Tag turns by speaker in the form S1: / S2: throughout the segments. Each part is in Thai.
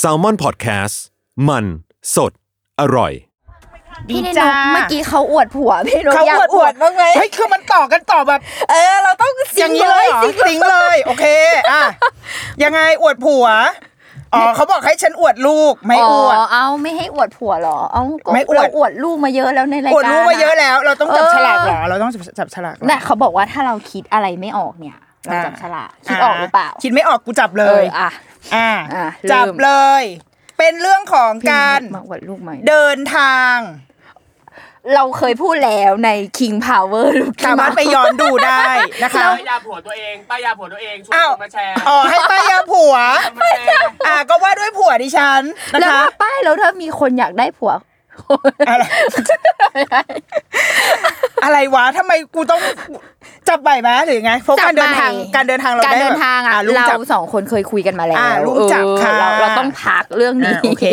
S1: s a l ม o n PODCAST มันสดอร่อย
S2: ดี
S3: พี่น
S2: จ้า
S3: กเมื่อกี้เขาอวดผัวพี่นก
S2: เขา
S3: อยาก
S2: อวด
S3: อวดบ้างไหม
S2: เฮ้ยคือมันต่อกันต่อแบบ
S3: เออ เราต้อง
S2: อ
S3: ซิ
S2: ย่าง
S3: ง
S2: นี้เลยเหรอ
S3: ซิง
S2: สิงเลย โอเคอ่ะยังไงอวดผัวอ๋อเขาบอกให้ฉันอวดลูกไม่อวด
S3: อเอาไม่ให้อวดผัวเหรอ เอาก็
S2: ไม่อวด
S3: เราอวดลูกมาเยอะแล้วในราย
S2: อ
S3: การ
S2: วดลูกมาเยอะแล้ว เราต้องจับ
S3: เออ
S2: ฉลากเหรอเราต้องจับจับฉลากเหรอ
S3: น่ะเขาบอกว่าถ้าเราคิดอะไรไม่ออกเนี่ย เราจับฉลากคิดออกหรือเปล่า
S2: คิดไม่ออกกูจับเล
S3: เอย ออ่ะ
S2: อ่า
S3: อ่ะเริ่ม
S2: จับเลย เป็นเรื่องของ
S3: พี่
S2: การ
S3: นกมาอวดลูกไหม
S2: เดินทาง
S3: เราเคยพูดแล้วใน King Power หรือ King
S2: สามารถไปย้อนดูได้นะคะ
S4: ป้ายยาผัวตัวเองป้ายยาผัวตัวเองชวน
S2: อ้าว
S4: คนมาแชร์
S2: อ๋อให้ป้ายยาผัว
S4: มาแชร์
S2: อ่ะก็ว่าด้วยผัวดิฉันนะ
S3: แล้ว
S2: คะ
S3: ถ้าป้ายแล้วถ้ามีคนอยากได้ผัว
S2: อะไรอะไรวะทำไมกูต้องจับใบไหมหรือไงเพราะการเดินทาง
S3: จับใหม่
S2: การเดินทางเรา
S3: การ
S2: ได้
S3: เดิ
S2: แบ
S3: น
S2: บ
S3: ทางอ่ะ
S2: ลูก
S3: เรา
S2: จับ
S3: สองคนเคยคุยกันมาแล้ว
S2: อ่ะลูกจับ
S3: เออ
S2: ค่ะ
S3: เราเราต้องพักเรื่องนี้
S2: อ่ะโอ เค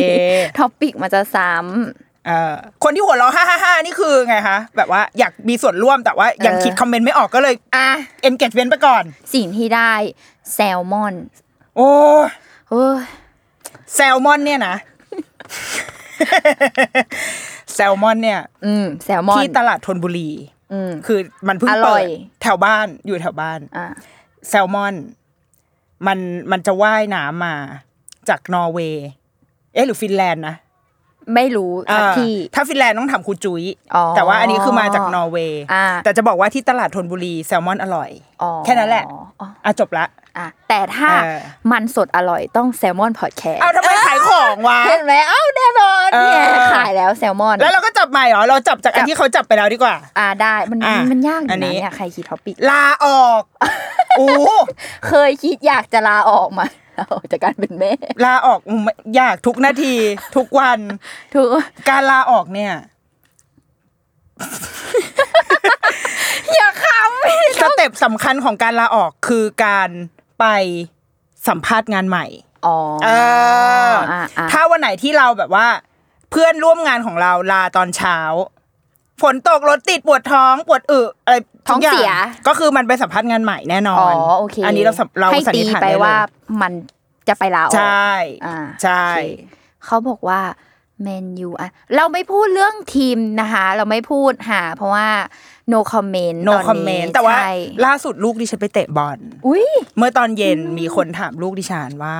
S3: ท็อปิกมันจะซ้
S2: เอ่อคนที่หัวเราะฮ่าฮ่าฮ่านี่คือไงคะแบบว่าอยากมีส่วนร่วมแต่ว่ายังคิดคอมเมนต์ไม่ออกก็เลย
S3: ำอ่ะ
S2: เอนเกจเว้นไปก่อน
S3: สิ่งที่ได้แซลมอน
S2: โอ้
S3: เฮ้ย
S2: แซลมอนเนี่ยนะ แซลมอนเนี่ย
S3: อืมแซลมอน
S2: ที่ตลาดธนบุรี
S3: อืม
S2: คือมันเพิ่ง
S3: อร่
S2: เปิ
S3: อ
S2: ด
S3: ย
S2: แถวบ้านอยู่แถวบ้าน
S3: อ่ะ
S2: แซลมอน มันมันจะว่ายน้ำมาจากนอร์เวย์ เอ๊ะหรือฟินแลนด์นะ
S3: ไม่รู้สัก
S2: เออ
S3: ที่
S2: ถ้าฟินแลนด์ต้องถามครูจุย๋ย
S3: อ๋อ
S2: แต่ว่าอันนี้คือมาจากนอร์เวย์
S3: อ่า
S2: แต่จะบอกว่าที่ตลาดธนบุรีแซลมอนอร่อย
S3: อ๋อ
S2: แค่นั้นแหละ
S3: อ๋อ
S2: อ่ะจบละ
S3: อ่ะแต่ถ้า
S2: เออ
S3: มันสดอร่อยต้องแซลมอนพอดแคสต์
S2: เอาทำไมขายของ วะ
S3: เห็นไหมเอ้าแน่นอนเนี่ย
S2: เออ
S3: ขายแล้วแซลมอน
S2: แล้วเราก็จับใหม่เหรอเราจับจากอั
S3: จั
S2: น
S3: บ
S2: ที่เขาจับไปแล้วดีกว่า
S3: อ่ะได้มัน
S2: อ่ะ
S3: มันยากอยู่
S2: อันนี้
S3: นะเนี่ยใครคิดท็อปิก
S2: ลาอ อกโอ้
S3: เคยคิดอยากจะลาออกมาลาออกจากการเป็นแม่
S2: ลาออกอืมอยากทุกนาที ทุกวัน
S3: ถูก
S2: การลาออกเนี่ย
S3: อย่าขำ
S2: สเต็ปสำคัญของการลาออกคือการไปสัมภาษณ์งานใหม่
S3: อ๋อ
S2: เอออ
S3: อ่ะอ่ะ
S2: ถ้าวันไหนที่เราแบบว่า เพื่อนร่วมงานของเราลาตอนเช้า ฝนตกรถติดปวดท้องปวดอึอะไร
S3: ท้อง
S2: ทุกย่า
S3: เสีย
S2: ก็คือมันไปสัมภาษณ์งานใหม่แน่นอ
S3: อ๋อน โอเคน
S2: นี้เราสัมเรา
S3: ให้
S2: สัน
S3: ตี
S2: นิษฐาน
S3: ไป
S2: ด้เลย
S3: ว่ามันจะไปลาออก
S2: ใช่
S3: อ่า
S2: ใช่
S3: โอเคเขาบอกว่าแมนยูอ่ะเราไม่พูดเรื่องทีมนะคะ เราไม่พูดหา เพราะว่า no comment
S2: โน
S3: ตนนี้
S2: คอมเมนต์แต่ว่า
S3: ใช่
S2: ล่าสุดลูกดิฉันไปเตะบอล
S3: อุ้ย
S2: เมื่อตอนเย็นมีคนถามลูกดิฉันว่า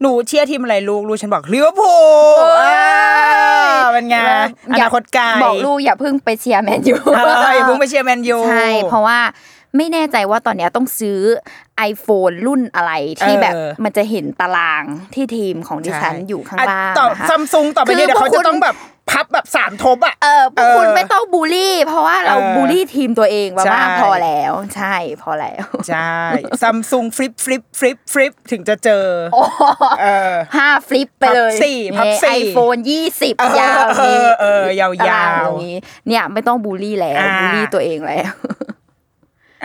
S2: หนูเชียร์ทีมอะไรลูกลูกฉันบอกลิเวอร์พูลอ่าเป็นไงอนาคตไกล
S3: บอกลูกอย่าเพิ่งไปเชียร์แมนยู
S2: เอออย่าเพิ่งไปเชียร์แมนยู
S3: ใช่ เพราะว่าไม่แน่ใจว่าตอนเนี้ยต้องซื้อ iPhone รุ่นอะไรที่
S2: เออ
S3: แบบมันจะเห็นตารางที่ทีมของดิฉันอยู่ข้างล่าง
S2: ต่อ
S3: นะคะ
S2: ซัมซุงต่อไป
S3: คือ
S2: เนี่ยเดี๋ยวเขา
S3: พวกคุ
S2: จะ
S3: ณ
S2: ต้องแบบพับแบบสามทบอ่ะ
S3: เออพวกคุณ
S2: เออ
S3: ไม่ต้องบูลลี่ เพราะว่าเรา
S2: เออ
S3: บูลลี่ทีมตัวเองมา
S2: ใช่
S3: บ้างพอแล้ว ใช่พอแล้ว
S2: ใช่ซัมซุงฟลิปฟลิปฟลิปฟลิปถึงจะเจอเออ
S3: ห้าฟลิปไปเลย
S2: พับสี่พับสี่
S3: ไอโฟนยี่สิบ
S2: เออย
S3: าวนี้
S2: เออยาวๆ
S3: ตรงตรงนี้ เนี่ยไม่ต้องบูลลี่แล้ว
S2: อ่า
S3: บูลลี่ตัวเองแล้ว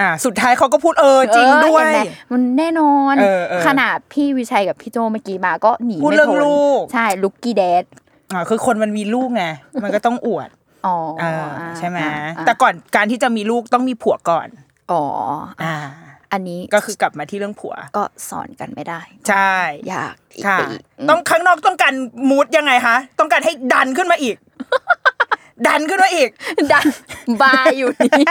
S2: อ่าสุดท้ายเขาก็พูดเออจริงด้วย
S3: เออเห็นไหมมันแน่นอน
S2: เออเออ
S3: ขนาดพี่วิชัยกับพี่โจเมื่อกี้มาก็หนี
S2: พูด
S3: ไม่
S2: เรื่อง
S3: พ้น
S2: ลูก
S3: ใช่ลุกกี้แดด
S2: อ่าคือคนมันมีลูกไงมันก็ต้องอวด
S3: อ๋อ
S2: เออใช่ไหม
S3: อ่าอ่า
S2: แต่ก่อนการที่จะมีลูกต้องมีผัวก่อน
S3: อ๋อ
S2: อ่า
S3: อันนี้
S2: ก็คือกลับมาที่เรื่องผัว
S3: ก็สอนกันไม่ได้
S2: ใช่
S3: ยากอีก
S2: ค่ะ
S3: ไปอีกม
S2: ต้องข้างนอกต้องการมูดยังไงคะต้องการให้ดันขึ้นมาอีก ดันขึ้นมาอีก
S3: ดันบายอยู่นี่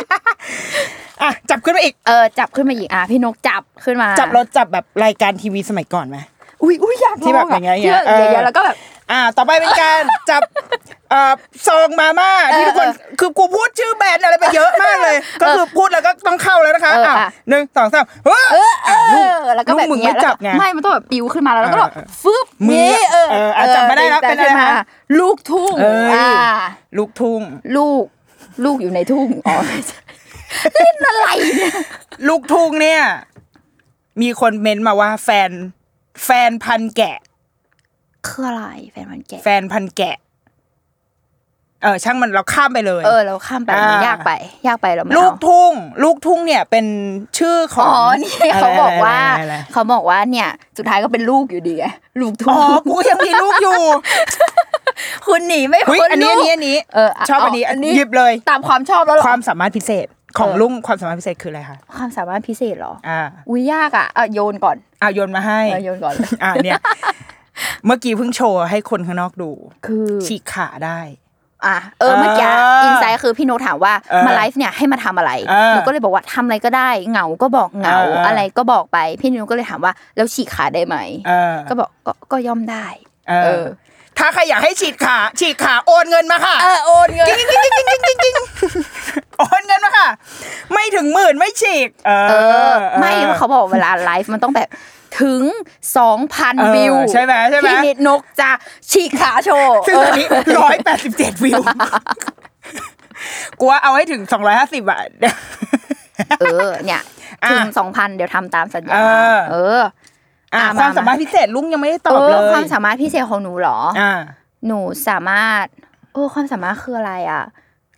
S2: อ่ะจับขึ้นมาอีก
S3: เออจับขึ้นมาอีกอ่ะพี่นกจับขึ้นมา
S2: จับรถจับแบบรายการทีวีสมัยก่อนไหม
S3: อุ้ยอุ้ยอยาก
S2: ที่แบบอย่างเงี้ย
S3: ที่แบบ
S2: เออ
S3: เดี๋ยวๆแล้วก็แบบ
S2: อ่า ต่อไปเป็น การ จับเอ่อซองมาม่าที่ทุกคนคือกูพูดชื่อแบรนด์อะไรไปเยอะมากเลย ก็คือพูดแล้วก็ต้องเข้าแล้วนะคะ
S3: เอออ่ะ
S2: อ่ะหนึ่งสองสามเฮ้ย
S3: เออเออแล้วก็แบบ
S2: ลูกมึง
S3: เนี้ย
S2: ไม่จับไง
S3: แล้วก็ไม่มันต้องแบบปิวขึ้นมาแล้วแล้วก็แบบ
S2: เออเออ
S3: ฟึบ
S2: มือ
S3: นี่เออ
S2: เอออ่ะจับมาได้แล้ว
S3: จั
S2: เป็นอะไร
S3: ขึ้มา
S2: ฮะ
S3: ลูกทุ่ง
S2: เอ้ย
S3: อ่า
S2: ลูกทุ่ง
S3: ลูกลูกอยู่ในทุ่งอ๋อไม่ใช่เล่นอะไรเนี่ย
S2: ลูกทุ่งเนี่ย มีคนเม้นต์มาว่าแฟน แฟนพันธุ์แกะ
S3: คืออะไรแฟนมันแก่
S2: แฟนพันธุ์แกะ เออช่างมันเราข้ามไปเลย
S3: เออเราข้ามไปมัน
S2: อ่าย
S3: ยากไป ยากไปเราไม่
S2: ลูก
S3: เอา
S2: ทุ่ง ลูกทุ่งเนี่ยเป็นชื่อข
S3: อ๋
S2: อ
S3: อง นี่เขาบอกว่า
S2: อะไรๆๆๆ
S3: เขาบอกว่าเนี่ย สุดท้ายก็เป็นลูกอยู่ดีไงลูกทุ่
S2: อ๋
S3: ง
S2: อ กูก็ยังมีลูกอยู่
S3: คุณหนีไม่
S2: อุ้ย
S3: พ้น
S2: อันนี้
S3: ลู
S2: อันนี้
S3: ก
S2: อันนี้
S3: เอออ่ะ
S2: ชอบอันนี้
S3: เอาอันนี้
S2: หยิบเลย
S3: ตามความชอบแล้วเหรอ
S2: ความสามารถพิเศษ ของลุงความสามารถพิเศษคืออะไรคะ
S3: ความสามารถพิเศษเหรอ
S2: อ่า
S3: อุ้ยยากอ่ะอ่ะโยนก่อน
S2: เอาโยนมาให้
S3: เอาโย นก่อนเลย
S2: อ่าเนี่ย เมื่อกี้เพิ่งโชว์ให้คนข้างนอกดู
S3: คือ
S2: ฉีกขาได้
S3: อ่ะเออเมื่อกี้
S2: เอออิ
S3: อินไซต์คือพี่โนตถามว่า
S2: เออ
S3: มาไลฟ์เนี่ยให้มาทำอะไร
S2: เออ
S3: หนูก็เลยบอกว่าทำอะไรก็ได้เหงาก็บอกเหงา
S2: เออเอออ
S3: อะไรก็บอกไปพี่โนตก็เลยถามว่าแล้วฉีกขาได้ไหม
S2: เออ
S3: ก็บอกก็ก็ย่อมได้
S2: เอ
S3: เอ
S2: อ
S3: อ
S2: ถ้าใครอยากให้ฉีกขา ฉีกขาโอนเงินมาค่ะ
S3: เออโอนเงิน
S2: จริงจริงจริงจริงจริงจริงจริงโอนเงินมาค่ะ ไม่ถึงหมื่นไม่ฉีก เอ
S3: เออ
S2: อ
S3: ไม่เขาบอกเวลาไลฟ์มันต้องแบบถึง
S2: เออ
S3: 2,000 วิว
S2: ใช่ไหมใช่ไหม
S3: พี่นิดนกจะฉีกขาโชว์
S2: ซึ่ง ตอนนี้ร้อยแปดสิบเจ็ดวิวกลัวเอาให้ถึงสองร้อยห้าสิบอ่ะ
S3: เออ เนี่ย
S2: อ่ะ
S3: ถึง 2,000 เดี๋ยวทำตามสัญญา
S2: เออ
S3: เออ
S2: อ่ะ
S3: อ่ะ
S2: ค
S3: มา
S2: วามสามารถพิเศษลุงยังไม่ได้ต
S3: เอ
S2: อบเล
S3: อย ความสามารถพิเศษของหนูเหรอ
S2: อ่า
S3: หนูสามารถเออความสามารถคืออะไรอ่ะ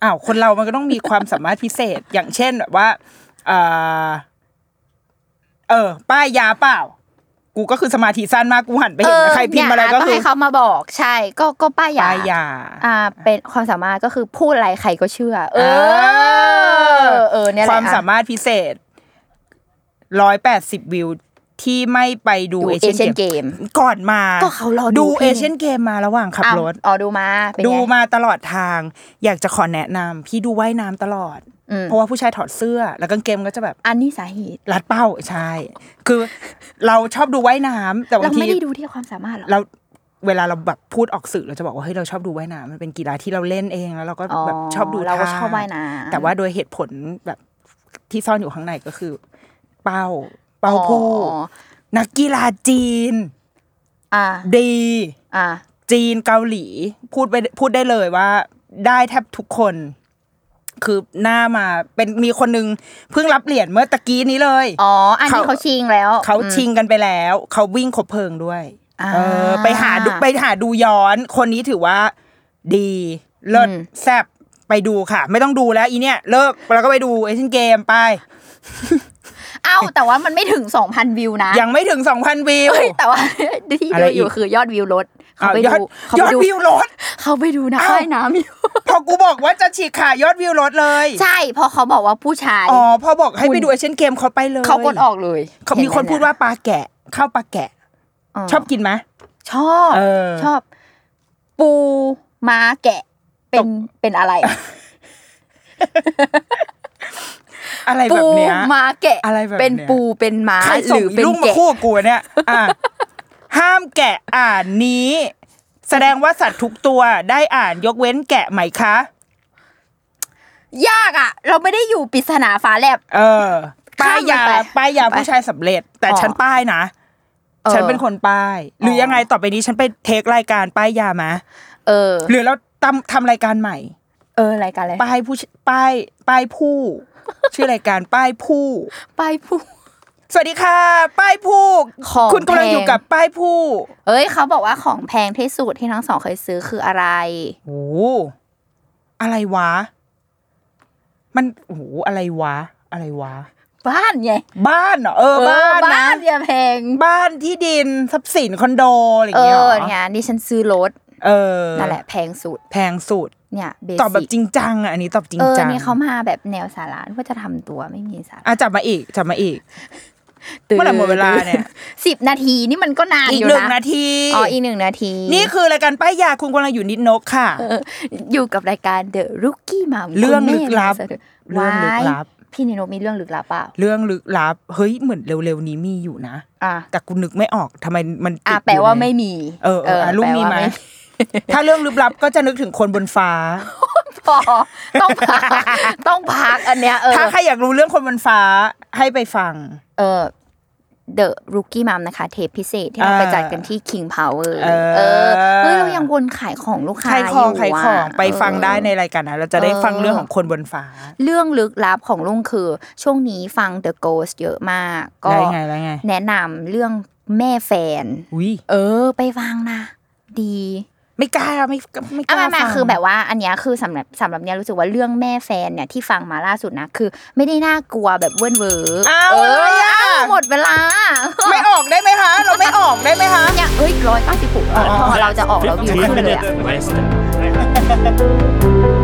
S2: อ้าวคนเรามันก็ต้องมีความสามารถพิเศษ อย่างเช่นแบบว่าเออเออ ป้ายยาเปล่า กูก็คือสมาธิสั้นมากกูหันไป
S3: เอ
S2: เห็น
S3: อ
S2: ใครพิมพ์อะไร
S3: เนี่ย
S2: ก็คือ
S3: ให้เขามาบอกใช่ก็ก็ป้ายยา
S2: ป้ายยา
S3: อ่า เป็นความสามารถก็คือพูดอะไรใครก็เชื่อ เออ เออเนี่ยแห
S2: ค
S3: ละ
S2: วาม
S3: อ่ะ
S2: สามารถพิเศษร้อยแปดสิบวิวที่ไม่ไปดู
S3: ดู
S2: เอเชียน
S3: Asian
S2: เกม
S3: Game
S2: ก่อนมา
S3: ก็เขารอดู
S2: ดู
S3: พี่
S2: เอเชียนเกมมาระหว่างขับรถ
S3: อ่ะอ๋อดูมาเป็นไง
S2: ดูมาตลอดทาง อยากจะขอแนะนำพี่ดูว่ายน้ำตลอด
S3: อืม
S2: เพราะว่าผู้ชายถอดเสื้อ แล้วกางเกมก็จะแบบ
S3: อันนี้สาเหตุ
S2: รัดเป้าใช่ คือเราชอบดูว่ายน้ำแต่บา
S3: เรา
S2: งที
S3: ไม่ได้ดูที่ความสามารถหรอก
S2: เราเวลาเราแบบพูดออกสื่อเราจะบอกว่าเฮ้ยเราชอบดูว่ายน้ำมันเป็นกีฬาที่เราเล่นเองแล้วเราก็
S3: อ๋อ
S2: แบบชอบดู
S3: เราก็
S2: ท่
S3: ชอบว่ายน้ำ
S2: แต่ว่าโดยเหตุผลแบบที่ซ่อนอยู่ข้างในก็คือ เป้า เป้าผู้
S3: อ๋อ
S2: นักกีฬาจีน
S3: อ่า
S2: ดี
S3: อ่า
S2: จีนเกาหลี พูดไปพูดได้เลยว่า ได้แทบทุกคน คือหน้ามาเป็นมีคนนึงเพิ่งรับเหรียญเมื่อตะกี้นี้เลย
S3: อ๋อ อันนี้
S2: เขา
S3: เขาชิงแล้ว
S2: เขา
S3: อืม
S2: ชิงกันไปแล้ว เขาวิ่งขบเพลิงด้วย
S3: อ่า
S2: เออ ไปหาดูไปหาดูย้อน คนนี้ถือว่า ดีเลิศ
S3: อืม
S2: แซบไปดูค่ะ ไม่ต้องดูแล้ว อีเนี่ยเลิกแล้วก็ไปดูเอเชียนเกมไป
S3: เอ้าแต่ว่ามันไม่ถึง 2,000 วิวนะ
S2: ยังไม่ถึง 2,000 วิว
S3: เอ้ยแต่ว่า ที่
S2: อะไร
S3: ดู
S2: อีก
S3: อยู่คือยอดวิวลดเขา
S2: เอา
S3: ไป
S2: ยอด
S3: ดูเขา
S2: ย
S3: ไป
S2: อด
S3: ดู
S2: วิวลด
S3: เขาไปดูนะ
S2: อ้าว
S3: ว่ายน้ำอยู่
S2: พอกูบอกว่าจะฉีกขาดยอดวิวลดเลย
S3: ใช่เพอเขาบอกว่าผู้ชาย
S2: อ๋อ พอบอกให้
S3: คุณ
S2: ไปดูเอเชียนเกมเขาไปเลย
S3: เขากดออกเลย
S2: เขา
S3: เห็
S2: มีคน
S3: ไห
S2: พูดว่าปลาแกะข้าวปลาแกะ
S3: า
S2: ชอบกินไหม
S3: ชอบ
S2: เออ
S3: ชอบ ปูม้าแกะเป็นเป็นอะไรอะ
S2: อะไรแบ
S3: ปู
S2: บเนี้ย
S3: ม้าแกะ
S2: อะไรแบบเนี้ย
S3: เป็นปูเป็นม้า
S2: ใคร
S3: ห
S2: ส่ง
S3: รือ
S2: อี
S3: เป็น
S2: ลูกมา
S3: แกะ
S2: คู่กับกูเนี่ย อ่ะ ห้ามแกะอ่านนี้ แสดงว่าสัตว์ทุกตัวได้อ่านยกเว้นแกะไหมคะ
S3: ยากอ่ะ เราไม่ได้อยู่ปริศนาฟ้าแลบ
S2: เออ ป้ายยา
S3: ข้ามมันไป
S2: ป้ายยา
S3: ไป
S2: ผู้ชายสำเร็จ แต่
S3: อ๋อ
S2: ฉันป้ายนะ
S3: เออ
S2: ฉันเป็นคนป้าย หรืออ
S3: อ
S2: ยังไงต่อไปนี้ฉันไปเทครายการป้ายยามะ
S3: เออ
S2: หรือเราทำทำรายการใหม่
S3: เออรายการอะไร
S2: ป้ายผู้ชป้ายป้ายผู้ ชื่อรายการป้ายผู้
S3: ป้ายผู้
S2: สวัสดีค่ะ ป้ายผู้
S3: ของ
S2: คุณกำลังอยู่
S3: แพง
S2: กับป้ายผู้
S3: เอ้ยเขาบอกว่าของแพงที่สุดที่ทั้งสองเคยซื้อคืออะไร
S2: โอ้โหอะไรวะ มันโอ้โหอะไรวะ อะไรวะ
S3: บ้านไง
S2: บ้านเหรอเออ
S3: เอ
S2: บ้า
S3: อน
S2: นะ
S3: บ้านเนี่ยแพง
S2: บ้านที่ดินทรัพย์สินคอนโดอะไรอย่า
S3: เอง
S2: เงี้ยเหร
S3: อ
S2: อ
S3: เนี่ยนี่ฉันซื้อรถ
S2: เออ
S3: นั่นแหละแพงสุด
S2: แพงสุด
S3: เนี่ยเบ
S2: ตอบแบบ
S3: สิก
S2: จริงจังอ่ะอันนี้ตอบจริ
S3: เอง อ
S2: จัง
S3: นี่เขามาแบบแนวสาระว่าจะทำตัวไม่มีสาระ
S2: อ่ะจับมาอีกจับมาอีก เมื่อไหร่หมดเวลาเนี่ย
S3: สิบนาทีนี่มันก็นาน
S2: อีก
S3: อยู่
S2: หนึ่ง
S3: นะ
S2: นาที
S3: อ๋ออีกหนึ่งนาที
S2: นี่คือรายการป้ายยาคุณกำลังอยู่นิดนกค่ะ
S3: อยู่กับรายการ The Rookie Mom
S2: เรื่องลึกลับ
S3: คุณแม่นำเสนอ
S2: เรื่องลึกลับ
S3: ว้ายพี่นิโนมีเรื่องลึกลับเปล่า
S2: เรื่องลึกลับ เฮ้ย เหมือนเร็วๆนี้มีอยู่นะ
S3: อ่ะ
S2: แต่กูนึกไม่ออกทำไมมันติด
S3: อ่ะ
S2: อยู่
S3: แปลว่า
S2: ใน
S3: ไม่มี
S2: เออเอออ่ะลุง
S3: แป
S2: มีไหม
S3: ว่า
S2: ถ้าเรื่องลึกลับก็จะนึกถึงคนบนฟ้า
S3: พอต้องพักต้องพักอันเนี้ยเออ
S2: ถ้าใครอยากรู้เรื่องคนบนฟ้าให้ไปฟัง
S3: เออ The Rookie Mom นะคะ เทปพิเศษที่เรา
S2: เออ
S3: ไปจัดกันที่ King Power
S2: เออ
S3: อเฮ้ย เรายังวนขายของลูกค้า
S2: ขายของ
S3: ยู่ะ
S2: ขายของไปฟังได้
S3: เออ
S2: ในรายการนะเราจะได้
S3: เออ
S2: ฟังเรื่องของคนบนฟ้า
S3: เรื่องลึกลับของลุงคือ ช่วงนี้ฟัง The Ghost เยอะมาก ก็
S2: ได้ไงได้ไง
S3: แนะนำเรื่องแม่แฟน
S2: อุ้ย
S3: เออ ไปฟังนะ ดี
S2: ไม่กล้าไม่ไม่ก
S3: อ่ะ
S2: ล้า
S3: ไมา
S2: ฟั
S3: มา
S2: ง
S3: คือแบบว่า อันเนี้ยคือสำหรับสำหรับเนี้ยรู้สึกว่าเรื่องแม่แฟนเนี่ยที่ฟังมาล่าสุดนะคือ ไม่ได้น่ากลัวแบบเวิ้นเวอร์
S2: อ้าว
S3: เอ
S2: อะไร
S3: อ
S2: อ่ะ
S3: อ้าวหมดเวลา
S2: ไม่ออกได้ไหมคะ เราไม่ออกได้ไหมคะ
S3: เนี่ยเอ้ยร้อยเก้าสิบหกพอเราจะออกเราวิวขึ้นเลยอะ
S4: Wasted.